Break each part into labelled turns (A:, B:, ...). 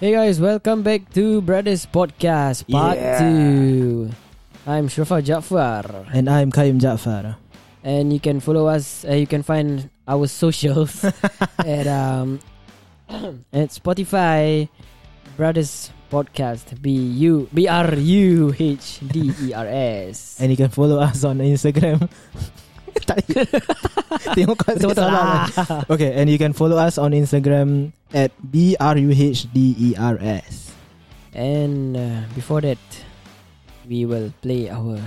A: Hey guys, welcome back to Brothers Podcast Part
B: Yeah.
A: 2. I'm Shrafa Jafar
B: And I'm Kayum Jaafar.
A: and you can follow us uh, you can find our socials at um at Spotify Brothers Podcast B U B R U H D E R S.
B: And you can follow us on Instagram. Tak- Tengok kau tengok salah. Okay, and you can follow us on Instagram at B R U H D E R S.
A: And uh, before that we will play our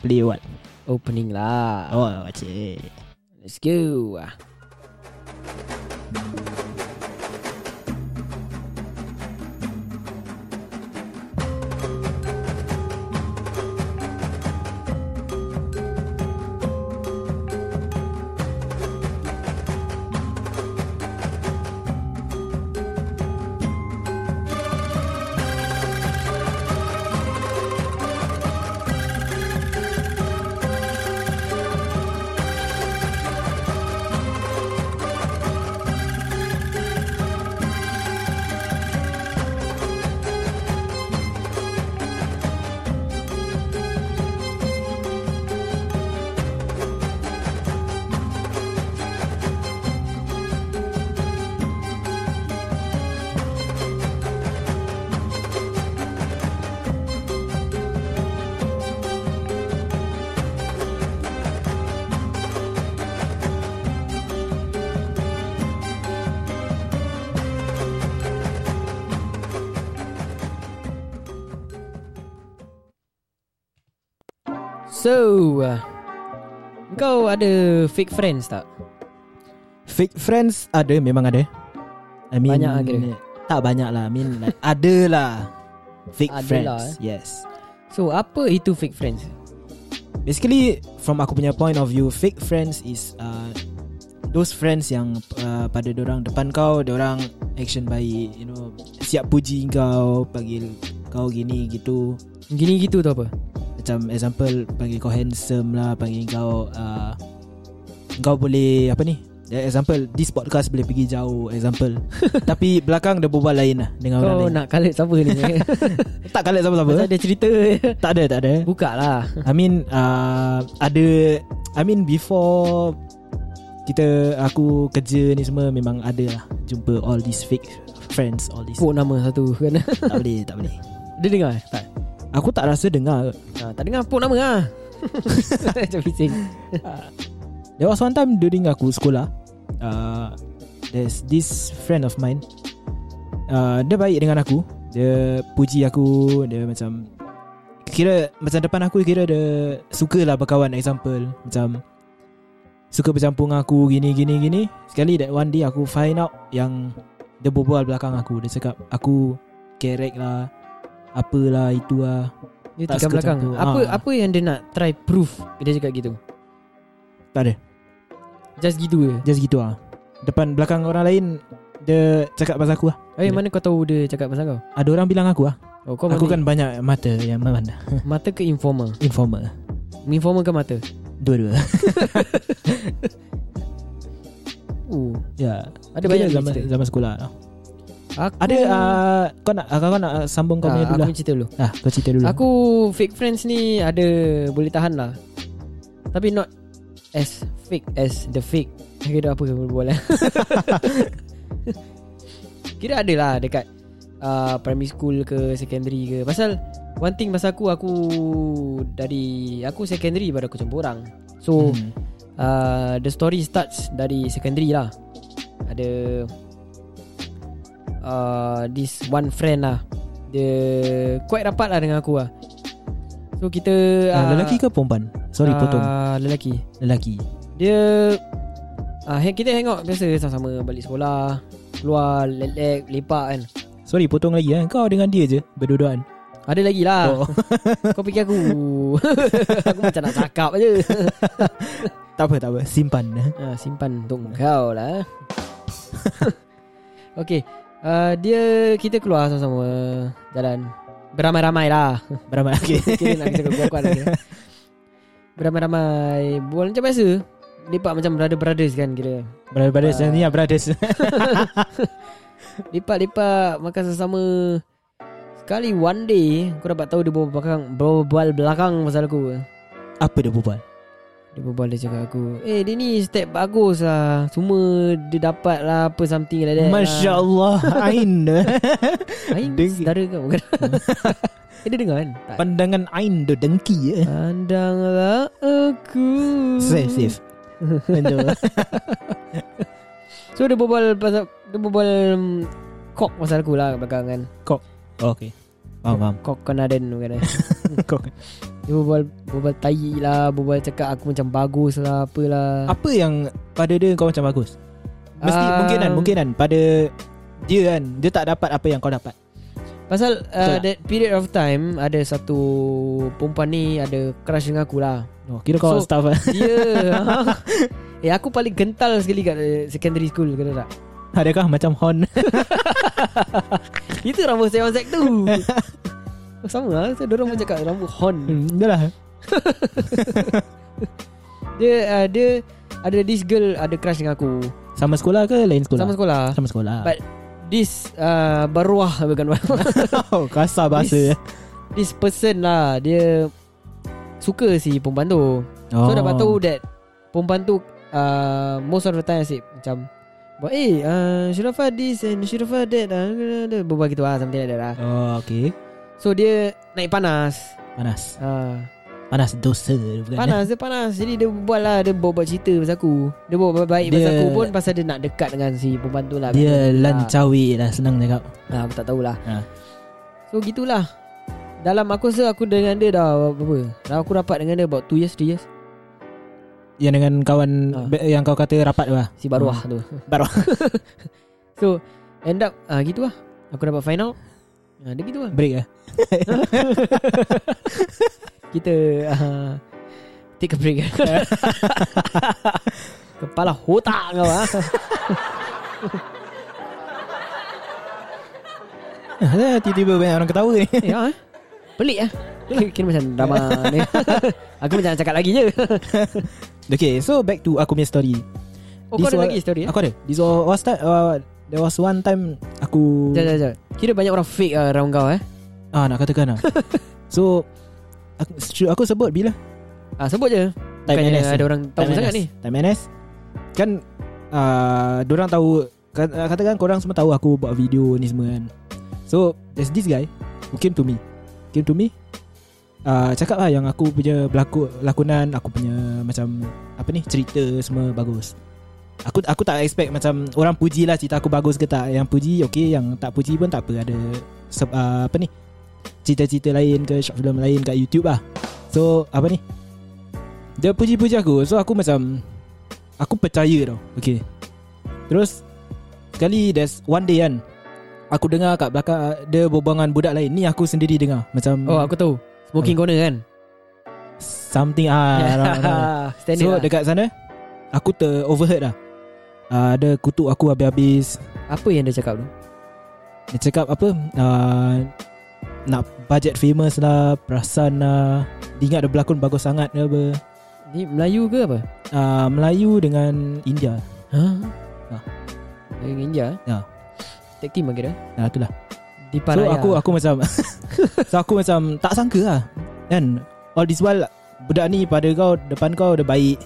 B: Play what?
A: opening lah.
B: Oh, cik.
A: Let's go. So uh, Kau ada fake friends tak?
B: Fake friends ada memang ada. I mean
A: Banyak lah kira.
B: Tak banyak lah. I mean like, ada lah. Fake
A: Ada
B: friends.
A: lah,
B: Yes.
A: So apa itu fake friends?
B: Basically from aku punya point of view, fake friends is uh, those friends yang uh, pada orang depan kau, orang action baik, you know, siap puji kau, panggil kau gini gitu.
A: Gini gitu tu apa?
B: Macam example panggil kau handsome lah, panggil kau uh, kau boleh apa ni? Eh, Example This podcast boleh pergi jauh Example Tapi belakang dia berbual lain lah Dengan orang
A: Kau Oh,
B: lain
A: nak kalit siapa ni?
B: Tak kalah sama-sama
A: Pasal ada cerita
B: Tak ada tak ada
A: Buka lah
B: I mean uh, Ada I mean before Kita Aku kerja ni semua Memang ada lah Jumpa all these fake Friends All these
A: Sebut nama satu kan?
B: Tak boleh Tak boleh
A: Dia dengar tak?
B: Aku tak rasa dengar kot.
A: Ha, tak dengar pun nama lah Macam bising
B: There was one time During aku sekolah uh, There's this friend of mine uh, Dia baik dengan aku Dia puji aku Dia macam Kira Macam depan aku Kira dia Suka lah berkawan Example Macam Suka bercampur dengan aku Gini gini gini Sekali that one day Aku find out Yang Dia berbual belakang aku Dia cakap Aku Kerek lah Apalah itu lah
A: Dia
B: Tak
A: tikam
B: suka
A: belakang
B: campur.
A: Apa
B: Ah.
A: apa yang dia nak try proof Dia cakap gitu
B: Tak ada
A: Just gitu je
B: Just gitu lah Depan belakang orang lain Dia cakap pasal aku lah
A: Eh
B: Dia-
A: mana kau tahu dia cakap pasal kau?
B: Ada orang bilang aku lah
A: Oh, kau
B: Aku
A: mana?
B: kan banyak mata yang mana
A: Mata ke informer?
B: informer.
A: Informer ke mata?
B: Dua-dua.
A: Uh,
B: ya.
A: ada banyak
B: zaman,
A: cerita
B: zaman sekolah. tau.
A: Aku,
B: Ada uh, kau nak uh, kau nak uh, sambung kau
A: Ah,
B: punya dulu
A: Aku
B: lah.
A: punya cerita dulu
B: Ah, kau cerita dulu.
A: Aku fake friends ni ada boleh tahan lah. Tapi not as fake as the fake. Kira apa yang berbual eh? Kira ada lah dekat uh, primary school ke secondary ke. Pasal one thing pasal aku aku dari aku secondary baru aku jumpa orang. So hmm.
B: Hmm.
A: uh, the story starts dari secondary lah. Ada uh, this one friend lah. Dia quite rapat lah dengan aku lah. So kita
B: Ah, lelaki ke perempuan? Sorry
A: ah,
B: potong.
A: Lelaki.
B: Lelaki.
A: Dia uh, kita hang out biasa sama-sama balik sekolah, keluar lelek, lepak kan.
B: Sorry potong lagi eh. Kau dengan dia je berduaan.
A: Ada lagi lah.
B: Oh.
A: Kau fikir aku Aku macam nak cakap je
B: tak apa tak apa. Simpan. eh.
A: ha, Simpan untuk kau lah Okay uh, Dia Kita keluar sama-sama Jalan Beramai-ramai lah
B: Beramal okey.
A: Kira nak cakap kuat-kuat lagi eh. Beramai-ramai Bual macam biasa Lepak macam brother-brothers kan kira
B: Brothers brothers
A: Ah.
B: ni ya brothers.
A: Lepak-lepak Makan sesama Sekali one day Aku dapat tahu dia berbual belakang Berbual belakang pasal aku
B: Apa dia berbual
A: Dia berbual dia cakap aku Eh dia ni step bagus lah Cuma dia dapat lah Apa something like that lah."
B: Masya Allah Ain eh.
A: Allah Ain
B: Dengki.
A: saudara kau bukan Eh dia dengar kan Tak
B: Pandangan Ain tu dengki ya.
A: Pandanglah aku
B: Safe safe Aduh.
A: So dia berbual pasal Dia berbual mm, Cock pasal aku lah kat belakang kan
B: Okay Faham faham
A: Cock Canadian bukan eh
B: Kau
A: Dia berbual Berbual tai lah Berbual cakap aku macam bagus lah Apalah
B: Apa yang pada dia kau macam bagus? Mesti
A: Um,
B: mungkin kan, mungkin kan pada dia kan dia tak dapat apa yang kau dapat.
A: Pasal uh,
B: tak?
A: that period of time Ada satu Perempuan ni Ada crush dengan aku lah
B: Oh, kira kau
A: So-
B: staff kan.
A: Dia Eh aku paling kental sekali kat eh, secondary school Kena tak
B: Adakah macam hon?
A: Itu rambut saya Ozek tu Oh, Sama lah Saya dorang pun cakap rambut hon
B: Hmm, Dah lah.
A: Dia uh, Dia Ada this girl Ada crush dengan aku
B: Sama sekolah ke lain sekolah?
A: Sama sekolah
B: lah. Sama sekolah.
A: But- This uh, Baruah Bukan baruah
B: oh, kasar bahasa.
A: This- This person lah Dia Suka si perempuan tu
B: Oh.
A: So dapat tahu that Perempuan tu uh, Most of the time asyik Macam buat, Eh uh, Syurafah this And Syurafah that uh, Berbual gitu lah Something like that lah
B: Oh, okay.
A: So dia Naik panas
B: Panas.
A: uh,
B: Panas dosa bukan? eh?
A: Panas dia panas Jadi dia berbual lah Dia berbual cerita pasal aku Dia berbual baik
B: Dia-
A: pasal aku pun Pasal dia nak dekat dengan si perempuan tu lah
B: Dia
A: Kan?
B: lancawi lah senang cakap.
A: Ah, Aku tak tahulah
B: Ah.
A: So gitulah Dalam aku rasa aku dengan dia dah Berapa Dah aku rapat dengan dia About 2 years 3 years
B: Yang dengan kawan
A: Ah.
B: be- yang kau kata rapat lah.
A: Si Baruah tu
B: Baruah.
A: So End up ah, Gitu lah Aku dapat find out ah, Dia gitu lah
B: Break lah.
A: Kita ah, Take a break Kepala hotak kau ah.
B: Ah, Tiba-tiba banyak orang ketawa ni.
A: Eh, ah, eh. Pelik ah. Kira, kira macam drama ni Aku macam nak cakap lagi je
B: okay, so back to aku punya story.
A: Oh kau
B: This
A: ada
B: wa-
A: lagi story eh?
B: Aku ada. This was, was time, uh, there was one time aku
A: Sekejap sekejap, sekejap Kira banyak orang fake ah, around kau eh
B: ah nak katakan lah. so aku, should aku sebut bila?
A: ah, Sebut je
B: Time
A: Bukannya
B: NS.
A: ada orang tahu sangat ni
B: Time NS. Kan uh, orang tahu kat- uh, katakan korang semua tahu aku buat video ni semua kan. So there's this guy who came to me. Came to me Uh, cakap lah yang aku punya berlaku, lakonan Aku punya macam Apa ni Cerita semua bagus Aku aku tak expect macam Orang puji lah cerita aku bagus ke tak Yang puji okay Yang tak puji pun tak apa Ada sub, uh, Apa ni Cerita-cerita lain ke Short film lain kat YouTube lah So apa ni dia puji-puji aku So aku macam Aku percaya tau Okay Terus Sekali there's one day kan Aku dengar kat belakang Dia berbual dengan budak lain Ni aku sendiri dengar Macam
A: Oh aku tahu Smoking corner kan
B: Something Hmm. ah, around- around.
A: Standard
B: So
A: lah.
B: dekat sana Aku ter overheard lah uh, Dia kutuk aku habis-habis
A: Apa yang dia cakap tu
B: Dia cakap apa uh, Nak budget famous lah Perasan lah Dia ingat dia berlakon bagus sangat ke apa
A: Ni Melayu ke apa
B: uh, Melayu dengan India
A: Ha
B: Ah.
A: Dari India eh?
B: Ya.
A: Tag team lah kira
B: Nah itulah
A: Di Paraya
B: So aku aku macam So aku macam tak sangka lah Kan All this while Budak ni pada kau Depan kau dia baik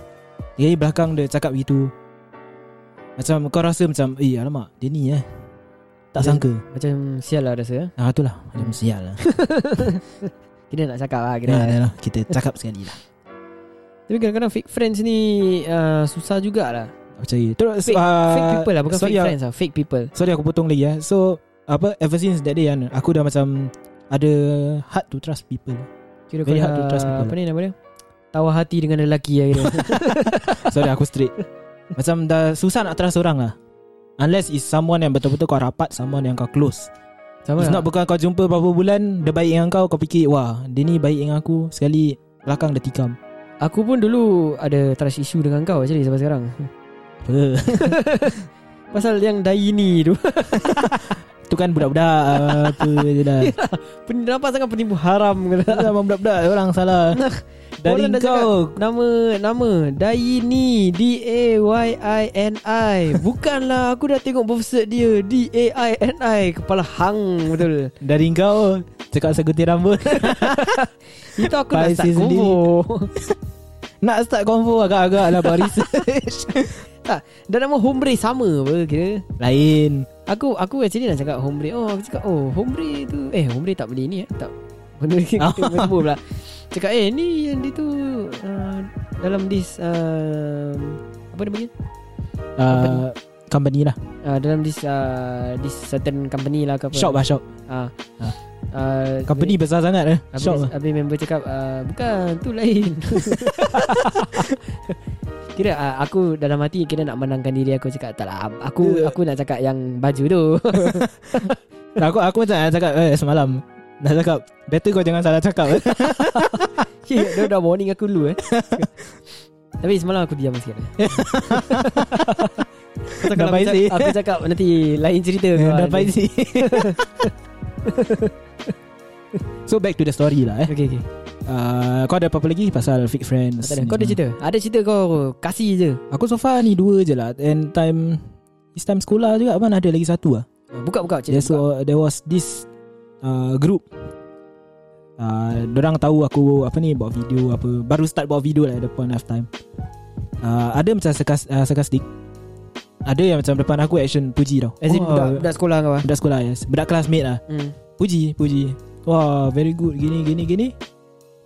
B: Dia belakang dia cakap gitu Macam kau rasa macam Eh alamak Dia ni eh Tak
A: Dia-
B: sangka
A: Macam sial lah rasa eh.
B: Nah itulah Macam sial lah
A: Kita nak cakap lah kira
B: Nah, nah, nah, Kita cakap sekali lah
A: Tapi kadang-kadang fake friends ni uh, Susah jugalah
B: Tak percaya Terus
A: Fake,
B: ah,
A: fake people lah Bukan
B: sorry
A: fake
B: ah,
A: friends lah Fake people
B: Sorry aku potong lagi ya. So apa ever since that day kan aku dah macam ada hard to trust people.
A: Kira kau
B: Very hard to
A: dah
B: trust people.
A: Apa ni nama dia Tawar hati dengan lelaki lah kira
B: Sorry aku straight Macam dah susah nak trust orang lah Unless it's someone yang betul-betul kau rapat Someone yang kau close
A: Sama
B: It's
A: lah
B: not bukan kau jumpa berapa bulan Dia baik dengan kau Kau fikir wah Dia ni baik dengan aku Sekali belakang dia tikam
A: Aku pun dulu Ada trust issue dengan kau Actually sampai sekarang
B: Apa
A: Pasal yang Daini tu
B: Tu kan budak-budak Apa je kan lah
A: Pen- Nampak sangat penipu haram kata.
B: Sama budak-budak Orang salah Dari
A: Orang dah
B: kau
A: cakap, Nama Nama Dayini D-A-Y-I-N-I Bukanlah Aku dah tengok birth cert dia D-A-I-N-I Kepala hang Betul
B: Dari kau Cakap pasal gunting rambut
A: Itu aku nak
B: Paisi
A: start
B: sendiri.
A: combo
B: Nak start konvo agak-agak lah Baris
A: Tak Dan nama hombre sama apa kira
B: Lain
A: Aku Aku actually nak cakap hombre Oh aku cakap Oh hombre tu Eh hombre tak beli ni eh Tak Benda ni kita menipu pula Cakap eh ni yang dia tu uh, Dalam this uh, Apa dia panggil
B: uh, Company lah
A: uh, dalam this uh, this certain company lah ke apa.
B: Shop lah shop
A: Ah.
B: Ha.
A: Uh,
B: Company besar sangat eh
A: habis,
B: Shop lah
A: habis member cakap uh, bukan tu lain. kira uh, aku dalam hati kira nak menangkan diri aku cakap tak lah aku
B: Yeah.
A: aku nak cakap yang baju tu.
B: Aku aku macam nak cakap eh, Semalam Nak cakap Better kau jangan salah cakap eh.
A: Kira dia dah warning aku dulu eh. Tapi semalam aku diam sikit. Pasal kalau
B: Dah
A: aku,
B: paisi.
A: cakap, aku cakap nanti lain cerita kau.
B: Dah paisi So back to the story lah eh
A: Okay, okay.
B: uh, Kau ada apa-apa lagi Pasal fake friends
A: Tak ada.
B: ni
A: Kau ada
B: semua?
A: cerita? Ada cerita kau kasih je.
B: Aku so far ni dua je lah And time This time sekolah juga Mana ada lagi satu lah
A: Buka buka Oh, cerita.
B: There's a, there was this uh, group uh, Diorang tahu aku apa ni buat video apa Baru start buat video lah at the point of time uh, Ada macam sarkas, uh, sarkastik Ada yang macam depan aku action puji tau
A: As in
B: Wah,
A: budak, budak sekolah kau ah.
B: budak sekolah yes Budak classmate lah
A: Hmm.
B: Puji puji Wah very good gini gini gini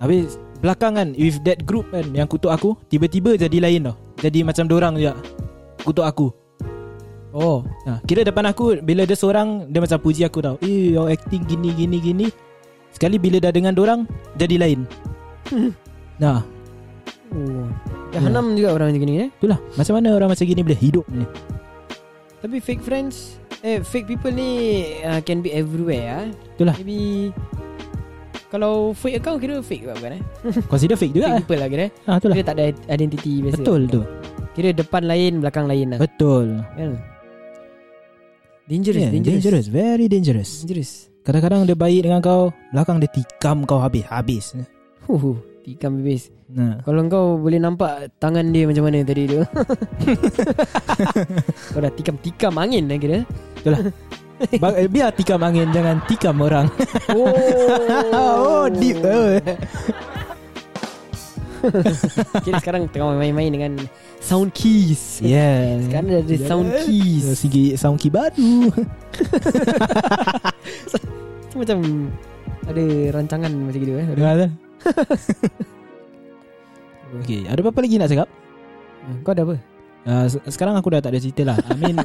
B: Habis belakang kan With that group kan Yang kutuk aku Tiba-tiba jadi lain tau Jadi macam dorang juga Kutuk aku
A: Oh.
B: Ha, kira depan aku Bila dia seorang Dia macam puji aku tau Eh your acting gini gini gini Sekali bila dah dengan dorang Jadi lain Nah
A: Oh. Jahanam juga orang macam gini eh.
B: Itulah Macam mana orang macam gini Boleh hidup ni
A: Tapi fake friends eh fake people ni uh, can be everywhere ah.
B: Itulah
A: Maybe kalau fake account kira fake juga bukan eh.
B: Consider
A: Fake
B: fake juga eh.
A: people lah kira. eh.
B: ha, Itulah
A: Kira tak ada identiti biasa.
B: Betul tu
A: Kira depan lain belakang lain lah.
B: Betul
A: Kan? Dangerous,
B: Yeah,
A: dangerous.
B: Ya, dangerous Very dangerous
A: Dangerous.
B: Kadang-kadang dia baik dengan kau Belakang dia tikam kau habis-habis
A: Huh. Tikam bebas
B: Nah
A: Kalau kau boleh nampak Tangan dia macam mana tadi tu Kau dah tikam-tikam angin lah kira
B: Ba- eh, Biar tikam angin Jangan tikam orang
A: Oh,
B: Oh deep oh.
A: Kira sekarang tengah main-main dengan sound keys.
B: Yeah
A: Sekarang dah ada sound
B: Dari
A: keys.
B: segi sound key baru
A: Itu macam ada rancangan macam gitu eh. Ada-
B: Dengar tak? okay, ada apa-apa lagi nak cakap?
A: Kau ada apa?
B: Uh, se- sekarang aku dah tak ada cerita lah. I mean,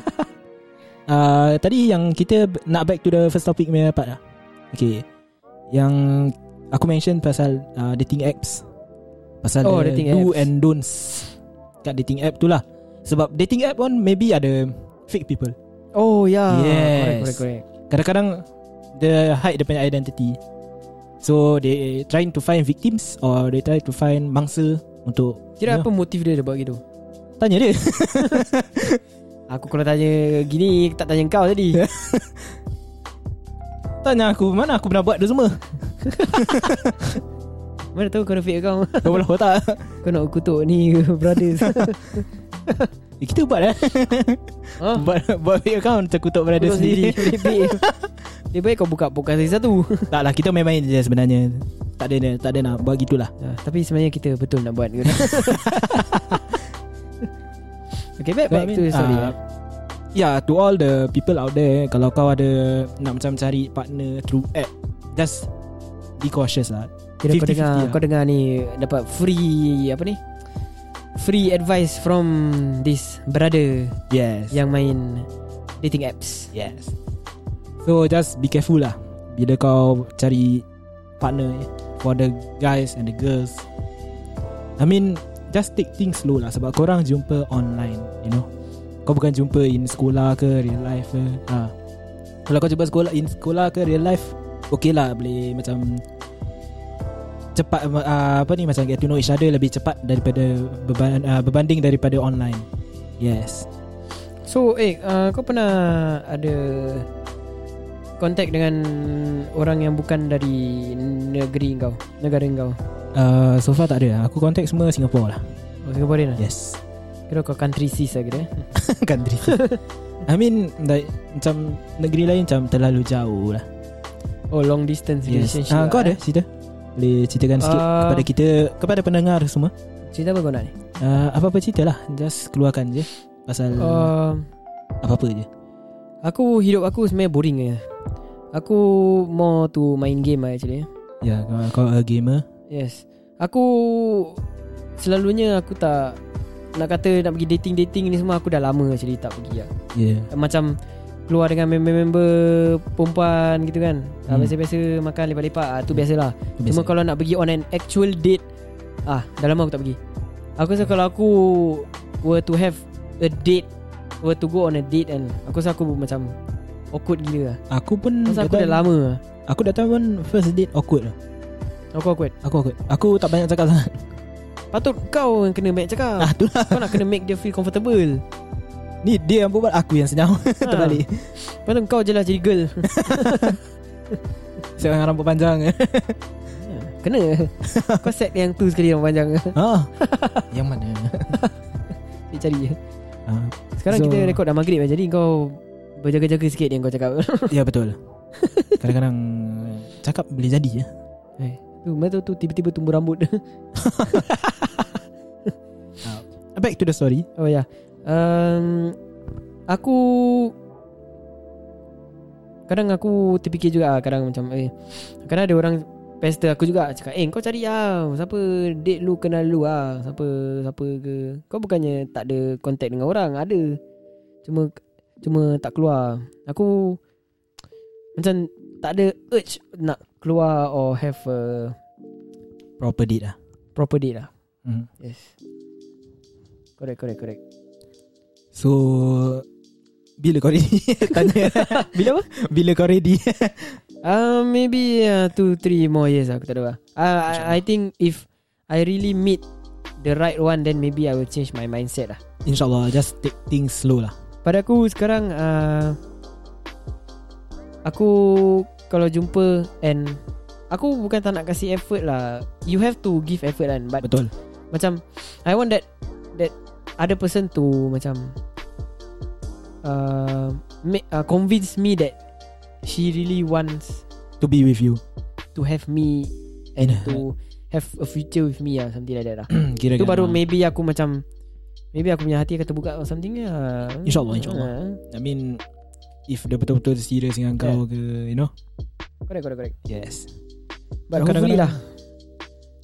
B: uh, tadi yang kita b- nak back to the first topic punya part lah. Okay, yang aku mention pasal uh, dating apps. Pasal
A: Oh,
B: the
A: dating
B: do
A: apps.
B: and don'ts kat dating app tu lah. Sebab dating app pun maybe ada fake people.
A: Oh ya.
B: Yes.
A: Correct, correct, correct.
B: Kadang-kadang Dia hide dia punya identity So they trying to find victims Or they try to find mangsa Untuk
A: Kira
B: you
A: apa motif dia dia buat gitu?
B: know, Tanya dia
A: Aku kalau tanya gini tak tanya kau tadi.
B: Tanya aku Mana aku pernah buat tu semua
A: Mana tahu kau ada fake kau.
B: Kau boleh tahu tak
A: Kau nak kutuk ni brothers.
B: eh, Kita buat lah
A: ha?
B: Buat, buat fake account Macam kutuk berada
A: Kutuk sendiri.
B: sendiri
A: Lebih lebih baik kau buka podcast lagi satu.
B: Tak lah kita main-main je sebenarnya Tak ada tak ada nak lah. buat gitulah
A: Ah, tapi sebenarnya kita betul nak buat gitu. okay, back, back to eh. sorry.
B: uh, Yeah Ya, to all the people out there Kalau kau ada Nak macam cari partner Through app Just Be cautious lah
A: Kira kau
B: 50-50
A: dengar
B: lah.
A: kau dengar ni dapat free apa ni? Free advice from this brother
B: Yes
A: yang main dating apps.
B: Yes. So just be careful lah bila kau cari partner eh, for the guys and the girls. I mean just take things slow lah sebab korang jumpa online, you know. Kau bukan jumpa in sekolah ke real life ke. Ha. Kalau kau jumpa sekolah in sekolah ke real life, okay lah boleh macam cepat uh, apa ni macam get to know each other lebih cepat daripada berban, uh, berbanding daripada online. Yes.
A: So, eh uh, kau pernah ada kontak dengan orang yang bukan dari negeri kau, negara kau?
B: uh, So far tak ada Aku contact semua Singapore lah
A: Oh Singaporean lah
B: Yes
A: Kira kau country sis lah kira
B: Country I mean like, Macam Negeri lain macam Terlalu jauh lah
A: Oh long distance relationship
B: Ah,
A: lah,
B: Kau
A: eh.
B: ada cerita Boleh ceritakan sikit
A: Ah.
B: Kepada kita Kepada pendengar semua
A: Cerita apa kau nak ni?
B: uh, Apa-apa cerita lah Just keluarkan je Pasal uh,
A: Um,
B: Apa-apa je
A: Aku hidup aku sebenarnya boring je Aku more to main game lah actually
B: Ya yeah, kau, kau a gamer
A: Yes Aku Selalunya aku tak Nak kata nak pergi dating-dating ni semua Aku dah lama actually tak pergi lah
B: Ya yeah.
A: Macam Keluar dengan member-member Perempuan gitu kan hmm.
B: Hmm.
A: Biasa-biasa makan lepak-lepak ah, tu biasalah
B: biasa.
A: Cuma kalau nak pergi on an actual date Ah dah lama aku tak pergi Aku rasa kalau aku Were to have a date Were to go on a date and Aku rasa aku macam Awkward gila lah
B: Aku pun
A: Pasal aku
B: that
A: dah
B: time-
A: lama lah.
B: Aku datang pun First date awkward lah
A: Aku awkward
B: Aku awkward Aku tak banyak cakap sangat
A: Patut kau yang kena make cakap
B: Ah tu lah
A: Kau nak kena make dia feel comfortable
B: Ni dia yang buat Aku yang
A: Ah.
B: senyum Terbalik
A: Lepas tu kau je lah jadi girl
B: Seorang rambut panjang
A: Kena Kau set yang tu sekali yang panjang
B: ah. Yang mana
A: Dia cari je
B: ah.
A: Sekarang
B: So-
A: kita rekod dah maghrib lah Jadi kau Berjaga-jaga sikit yang kau cakap
B: Ya betul Kadang-kadang Cakap boleh jadi ya.
A: Eh, Tu mana tu, tu tiba-tiba tumbuh rambut
B: Back to the story
A: Oh ya yeah. um, Aku Kadang aku terfikir juga lah, Kadang macam eh Kadang ada orang Pester aku juga Cakap eh kau cari lah Siapa date lu kenal lu lah Siapa Siapa ke Kau bukannya tak ada Contact dengan orang Ada Cuma Cuma tak keluar Aku Macam Tak ada urge Nak keluar Or have a
B: Proper date lah
A: Proper date lah
B: hmm.
A: Yes Correct correct correct
B: So Bila kau ready Tanya
A: Bila apa?
B: Bila kau ready
A: Uh, maybe uh, two, three more years aku tak tahu lah. Uh, I, I think if I really meet the right one then maybe I will change my mindset lah.
B: InsyaAllah Just take things slow lah
A: Pada aku sekarang uh, aku kalau jumpa and aku bukan tak nak kasih effort lah. You have to give effort kan but
B: Betul
A: macam I want that that other person to macam uh, make, uh, convince me that she really wants
B: To be with you
A: to have me
B: And
A: to have a future with me lah something like that lah.
B: Kira
A: Itu baru maybe aku macam maybe aku punya hati akan terbuka or something lah.
B: InsyaAllah, insyaAllah.
A: Ah,
B: I mean If dia betul-betul serius dengan kau ke You know
A: Ah, Correct correct correct.
B: Yes
A: But hopefully lah.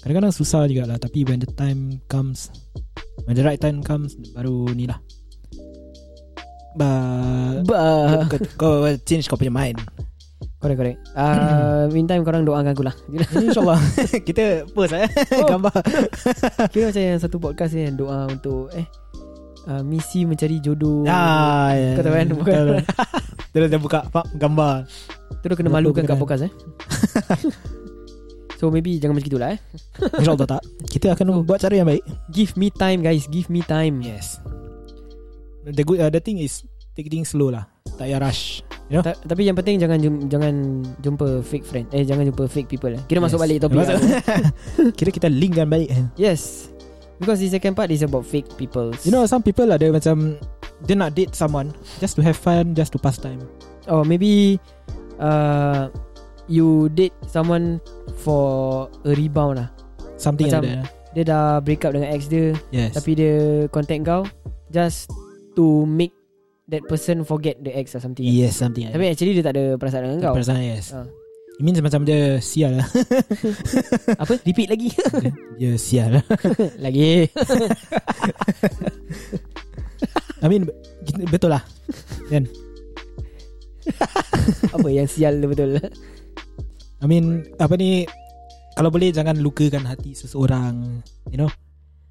B: Kadang-kadang susah juga lah Tapi when the time comes When the right time comes Baru ni lah But
A: But
B: kau, kau change kau punya mind
A: correct correct. Ah, meantime korang doakan aku lah.
B: InsyaAllah Kita post lah eh
A: Oh.
B: Gambar
A: Kira macam yang satu podcast ni yang doa untuk eh ah, misi mencari jodoh.
B: ah, yeah.
A: Kau tahu kan? Bukan.
B: Betul. Terus dia buka pak, Gambar
A: Terus kena
B: Kenapa
A: malukan kat
B: kena-
A: podcast eh. so maybe jangan macam gitulah eh.
B: InsyaAllah tak Kita akan buat cara yang baik
A: Give me time guys, give me time.
B: Yes The good uh, The thing is Take things slow lah Tak payah rush You know
A: Ta- tapi yang penting jangan jum- jangan jumpa fake friend. Eh jangan jumpa fake people. eh. Kira masuk
B: Yes.
A: balik topik.
B: Masuk-
A: aku.
B: Kira kita linkkan balik eh.
A: yes. Because the second part is about fake people.
B: You know some people ada macam Dia nak date someone Just to have fun Just to pass time
A: or Oh, maybe uh, you date someone for a rebound lah.
B: Something
A: Macam-
B: like that
A: Dia dah break up dengan ex dia,
B: Yes
A: tapi dia contact kau just to make that person forget the ex or something.
B: Yes something like
A: Tapi actually dia tak ada perasaan dengan
B: that
A: kau.
B: Perasaan yes
A: Ah.
B: It means macam dia sial lah
A: Apa? Repeat lagi.
B: Dia sial lah
A: Ah. lagi.
B: I mean Betul lah
A: Apa yang sial tu betul.
B: I mean Apa ni Kalau boleh jangan lukakan hati seseorang You know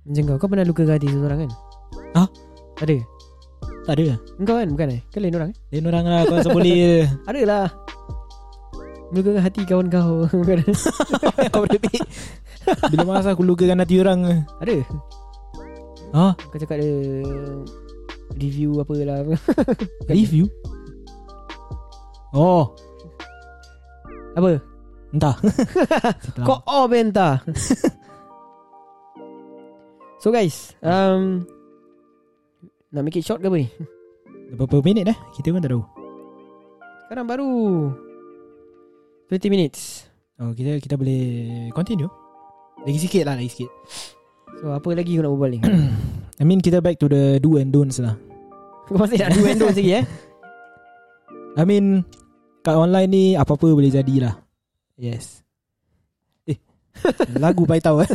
A: Macam kau, kau pernah luka hati seseorang kan?
B: Hah?
A: Tak ada?
B: Tak ada lah
A: Engkau kan bukan eh? Kau lain orang eh?
B: Lain orang lah Kau rasa boleh
A: Ada lah Melukakan hati kawan kau Bukan eh? ada?
B: Kau berlebih Bila masa aku lukakan hati orang
A: Ada
B: Ha
A: Kau cakap ada Review apa lah
B: Review Oh
A: Apa
B: Entah Setelah.
A: Kok oh benta. so guys, um nak make it short ke apa ni?
B: Berapa minit eh? dah Kita pun tak tahu
A: Sekarang baru 20 minutes.
B: oh, Kita kita boleh Continue Lagi sikit lah Lagi sikit
A: So apa lagi kau nak berbual ni?
B: I mean kita back to the Do and don'ts lah
A: Kau masih nak do and don't lagi eh?
B: I mean Kat online ni Apa-apa boleh jadilah Yes Eh Lagu baik tahu eh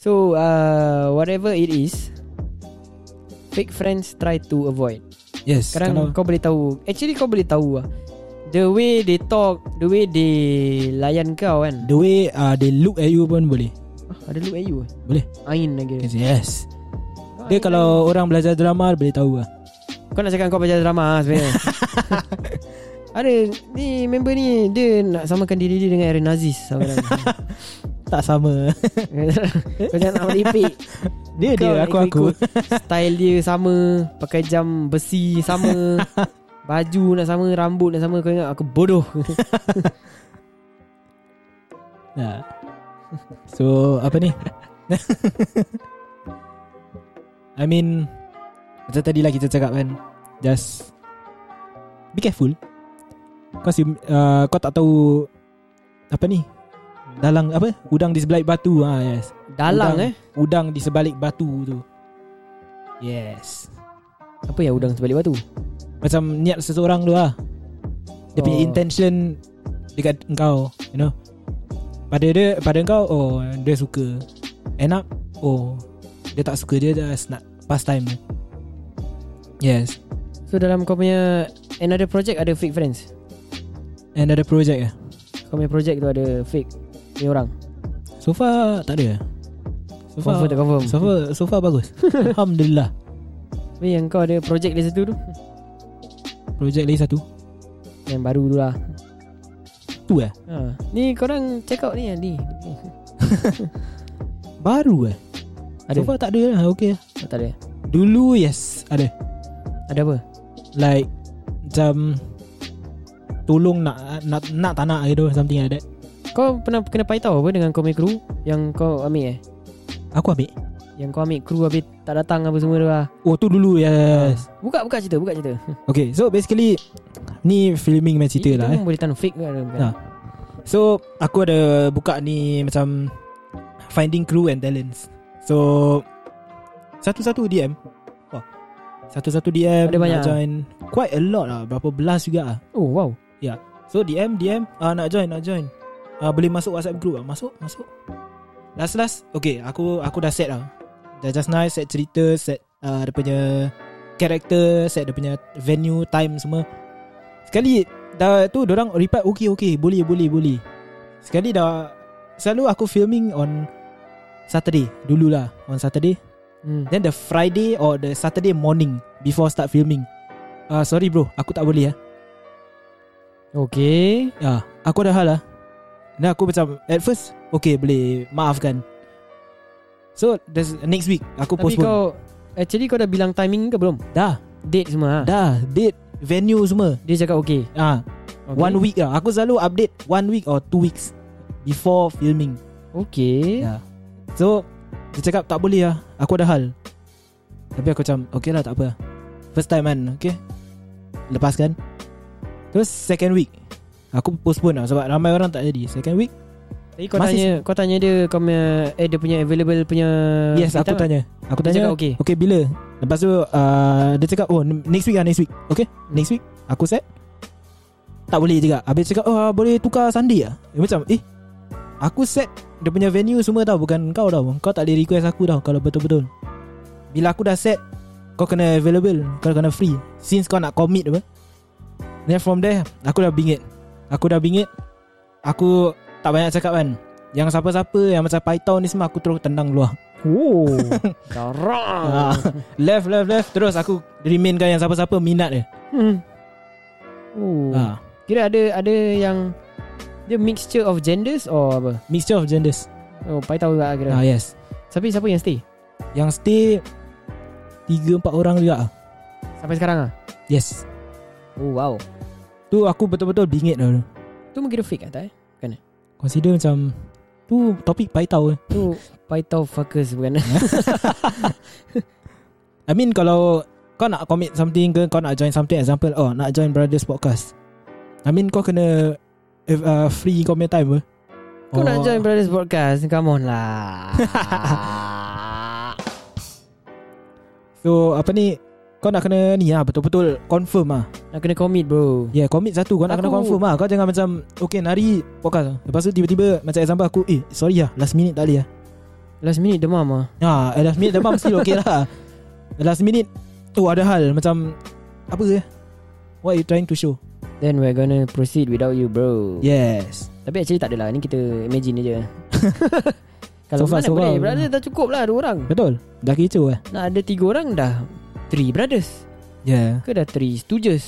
A: So uh, whatever it is Fake friends try to avoid
B: Yes
A: Sekarang
B: kalau,
A: kau boleh tahu Actually kau boleh tahu lah The way they talk The way they layan kau kan
B: The way uh, They look at you pun boleh
A: ah, Ada look at you eh?
B: Boleh
A: Ain lagi Ah,
B: Can say Yes
A: Kau
B: Dia
A: ain
B: kalau orang belajar drama Boleh tahu lah
A: lagi. kan- Kau nak cakap kau belajar drama lah sebenarnya Ada Ni member ni Dia nak samakan diri dia dengan Aaron Aziz sekarang.
B: Tak sama
A: Kau jangan nak melipik
B: Dia
A: Kau
B: dia aku aku
A: ikut-ikut Style dia sama Pakai jam besi sama Baju nak sama Rambut nak sama Kau ingat aku bodoh
B: nah. Ya. So apa ni I mean Macam tadi lah kita cakap kan Just Be careful Cause you, uh, Kau tak tahu Apa ni Dalang apa Udang di sebalik batu ah yes
A: Dalang
B: Udang.
A: eh
B: Udang di sebalik batu tu Yes
A: Apa ya udang sebalik batu
B: Macam niat seseorang tu lah Dia punya
A: Oh.
B: intention Dekat engkau You know Pada dia Pada engkau Oh dia suka End up Oh Dia tak suka Dia just nak Pastime dia. Yes
A: So dalam kau punya Another project ada fake friends
B: And ada project eh
A: Kau punya project tu ada fake Ni orang
B: So far tak ada ya? So far
A: Confirm tak confirm
B: So far, so far bagus Alhamdulillah
A: Tapi yang kau ada project dia satu tu
B: Project lagi satu
A: Yang baru tu lah
B: Tu eh
A: ha. Ni korang check out ni Adi
B: Baru eh
A: Ada
B: So far tak ada lah Okay lah.
A: oh, Tak ada
B: Dulu yes Ada
A: Ada apa
B: Like Macam Tolong nak Nak, nak tak nak gitu Something like that
A: Kau pernah kena paitau apa Dengan kau punya crew Yang kau ambil eh
B: Aku ambil
A: Yang kau ambil crew habis Tak datang apa semua tu lah
B: Oh tu dulu yes
A: Buka buka cerita Buka cerita
B: Okay so basically Ni filming main cerita
A: Itu
B: lah
A: pun
B: eh.
A: boleh tan fake ke ada bukan?
B: Ha. So aku ada buka ni macam Finding crew and talents So Satu-satu DM Wah Satu-satu DM
A: Ada banyak
B: nak join Quite a lot lah Berapa belas juga lah
A: Oh wow
B: So DM DM ah Nak join nak join ah, Boleh masuk whatsapp group lah Masuk masuk Last last Okay aku aku dah set lah Dah just nice Set cerita Set uh, dia punya Character Set dia punya venue Time semua Sekali Dah tu orang reply Okay okay Boleh boleh boleh Sekali dah Selalu aku filming on Saturday Dululah On Saturday
A: hmm.
B: Then the Friday or the Saturday morning Before start filming Ah Sorry bro Aku tak boleh ya
A: Okay
B: Ya Aku ada hal lah Dan aku macam At first Okay boleh Maafkan So there's, Next week Aku
A: Tapi
B: postpone
A: kau Actually kau dah bilang timing ke belum
B: Dah
A: Date semua ha?
B: Dah Date Venue semua
A: Dia cakap okay,
B: Ah,
A: okay.
B: okay. One week lah Aku selalu update One week or two weeks Before filming
A: Okay yeah.
B: Ya So Dia cakap tak boleh lah Aku ada hal Tapi aku macam Okay lah tak apa lah. First time kan Okay Lepaskan Terus second week Aku postpone lah Sebab ramai orang tak jadi Second week
A: Tapi kau
B: Masih-
A: tanya Kau tanya dia Kau punya Eh dia punya available punya
B: Yes
A: free
B: aku
A: time
B: tanya Aku
A: Dia
B: tanya
A: cakap okay.
B: Okay bila Lepas tu uh, Dia cakap Oh n- next week lah next week Okay next week Aku set Tak boleh juga Habis cakap Oh boleh tukar Sunday lah eh, Macam eh Aku set Dia punya venue semua tau Bukan kau tau Kau tak boleh request aku tau Kalau betul-betul Bila aku dah set Kau kena available Kau kena free Since kau nak commit apa Then from there Aku dah bingit Aku dah bingit Aku Tak banyak cakap kan Yang siapa-siapa Yang macam Python ni semua Aku terus tendang keluar
A: Oh Darah
B: Ah, left left left terus aku remainkan yang siapa-siapa minat dia.
A: hmm. Oh
B: Ah,
A: Kira ada Ada yang Dia mixture of genders Or apa
B: mixture of genders.
A: Oh Pai tahu juga lah kira
B: Ah yes.
A: Tapi siapa yang stay
B: Yang stay tiga empat orang juga. ah.
A: Sampai sekarang ah.
B: Yes.
A: Oh wow
B: Tu aku betul-betul bingit dah. tu.
A: Tu mungkin dia fake lah tak eh
B: Consider macam Tu topik paitau eh.
A: Tu Paitau fuckers bukan
B: I mean kalau Kau nak commit something ke Kau nak join something Example Oh nak join Brothers Podcast I mean kau kena if, uh, Free kau punya time eh.
A: Kau
B: Or-
A: nak join Brothers Podcast Come on lah
B: So apa ni Kau nak kena ni lah Betul-betul confirm lah
A: Nak kena commit bro
B: Yeah Ya, commit satu Kau nak kena
A: Aku-
B: confirm lah Kau jangan macam Okay nari Podcast lah. Lepas tu tiba-tiba Macam example aku Eh sorry lah Last minute tak boleh lah
A: Last minute demam ah.
B: Ha eh, last minute demam still okay lah Last minute Tu ada hal Macam Apa ke What you trying to show
A: Then we're gonna proceed without you bro
B: Yes
A: Tapi actually tak adalah Ni kita imagine je Kalau
B: So far,
A: mana
B: so
A: boleh
B: far.
A: Brother dah cukup lah Dua orang
B: Betul Dah kecoh eh
A: Nak ada tiga orang dah Three brothers
B: Yeah
A: Ke dah three Stooges
B: Ya.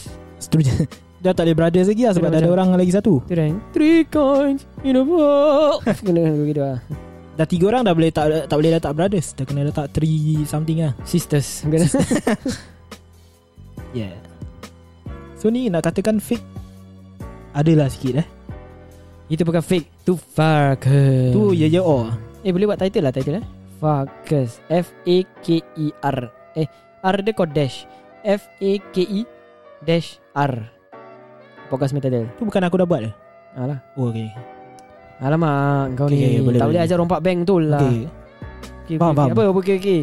B: Setuju Dah tak boleh brothers lagi lah Sebab
A: Kena
B: dah ada
A: macam-
B: orang lagi satu
A: Tu dah Three coins In a box Kena begitu lah
B: Dah tiga orang dah boleh tak, tak boleh letak brothers Dah kena letak three something lah
A: Sisters Bukan
B: Yeah So ni nak katakan fake Adalah sikit eh
A: Itu bukan fake Tu fuckers
B: Tu ya ya oh
A: Eh boleh buat title lah title eh Fuckers F-A-K-E-R Eh R dia kau dash F-A-K-E E Dash R Podcast punya title
B: Tu bukan aku dah buat eh
A: Alah
B: Oh okay
A: Alamak kau
B: Okay,
A: ni
B: okay, boleh,
A: Tak boleh
B: boleh.
A: ajar rompak bank tu lah
B: Okay
A: okay,
B: Faham,
A: okay,
B: faham.
A: Apa apa okay, okay.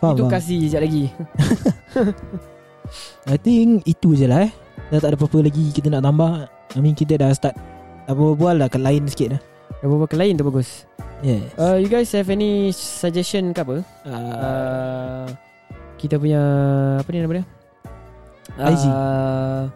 B: Faham,
A: Itu
B: faham.
A: kasih sekejap lagi
B: I think itu je lah eh Dah tak ada apa-apa lagi Kita nak tambah I mean kita dah start Apa berbual lah Ke lain sikit dah
A: Apa-apa lain tu bagus
B: Yeah
A: uh, You guys have any suggestion ke apa?
B: uh,
A: uh, kita punya apa ni nama dia?
B: IG.
A: Uh,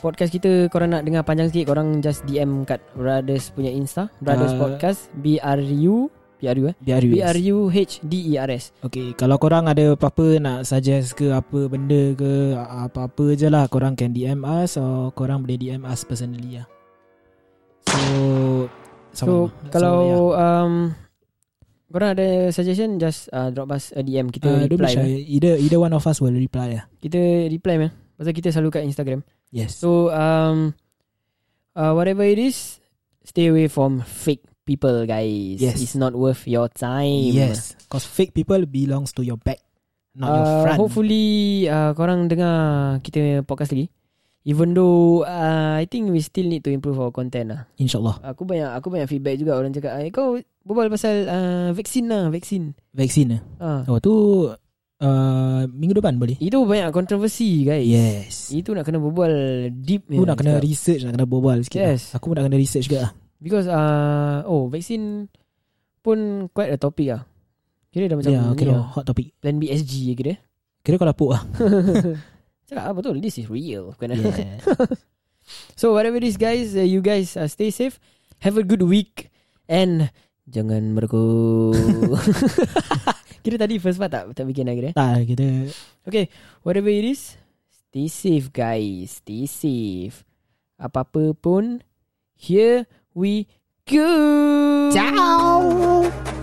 A: podcast kita korang nak dengar panjang sikit korang just DM kat Brothers punya Insta Brothers
B: Ah.
A: Podcast B R U B R U eh
B: BRU
A: B R U H D E R S
B: Okay Kalau korang ada apa-apa Nak suggest ke Apa benda ke Apa-apa je lah Korang can DM us Or korang boleh DM us personally lah So
A: So
B: sama. ya.
A: kalau
B: yeah.
A: um, korang ada suggestion just uh, drop us a DM kita
B: Uh, don't be
A: reply
B: shy.
A: man.
B: Either either one of us will reply lah.
A: kita reply man pasal kita selalu kat Instagram
B: Yes.
A: So um uh, whatever it is, stay away from fake people guys.
B: Yes.
A: It's not worth your time.
B: yes, cause fake people belongs to your back, not your
A: Uh,
B: front.
A: hopefully uh, korang dengar kita podcast lagi. Even though uh, I think we still need to improve our content lah.
B: Insyaallah.
A: Aku banyak aku banyak feedback juga orang cakap, "Eh kau berbual pasal uh, vaksin lah, vaksin."
B: Vaksin. eh.
A: Ah.
B: Oh tu uh, minggu depan boleh.
A: Itu banyak kontroversi guys.
B: Yes.
A: Itu nak kena berbual deep
B: Aku nak kena
A: Sebab-
B: research, nak kena berbual sikit. lah.
A: Yes.
B: Aku pun nak kena research juga. lah.
A: Because uh, Oh vaksin Pun quite a topic lah Kira dah macam
B: Ya, yeah,
A: yeah,
B: okay,
A: ni lah.
B: hot topic.
A: Plan BSG je kira
B: Kira kau lapuk lah.
A: Cakap ah, betul This is real bukan?
B: Yeah.
A: So whatever it is guys uh, You guys uh, stay safe Have a good week And Jangan merku Kira tadi first part tak Tak bikin lah kira eh?
B: tak, kita
A: Okay Whatever it is Stay safe guys Stay safe Apa-apa pun Here we go
B: Ciao.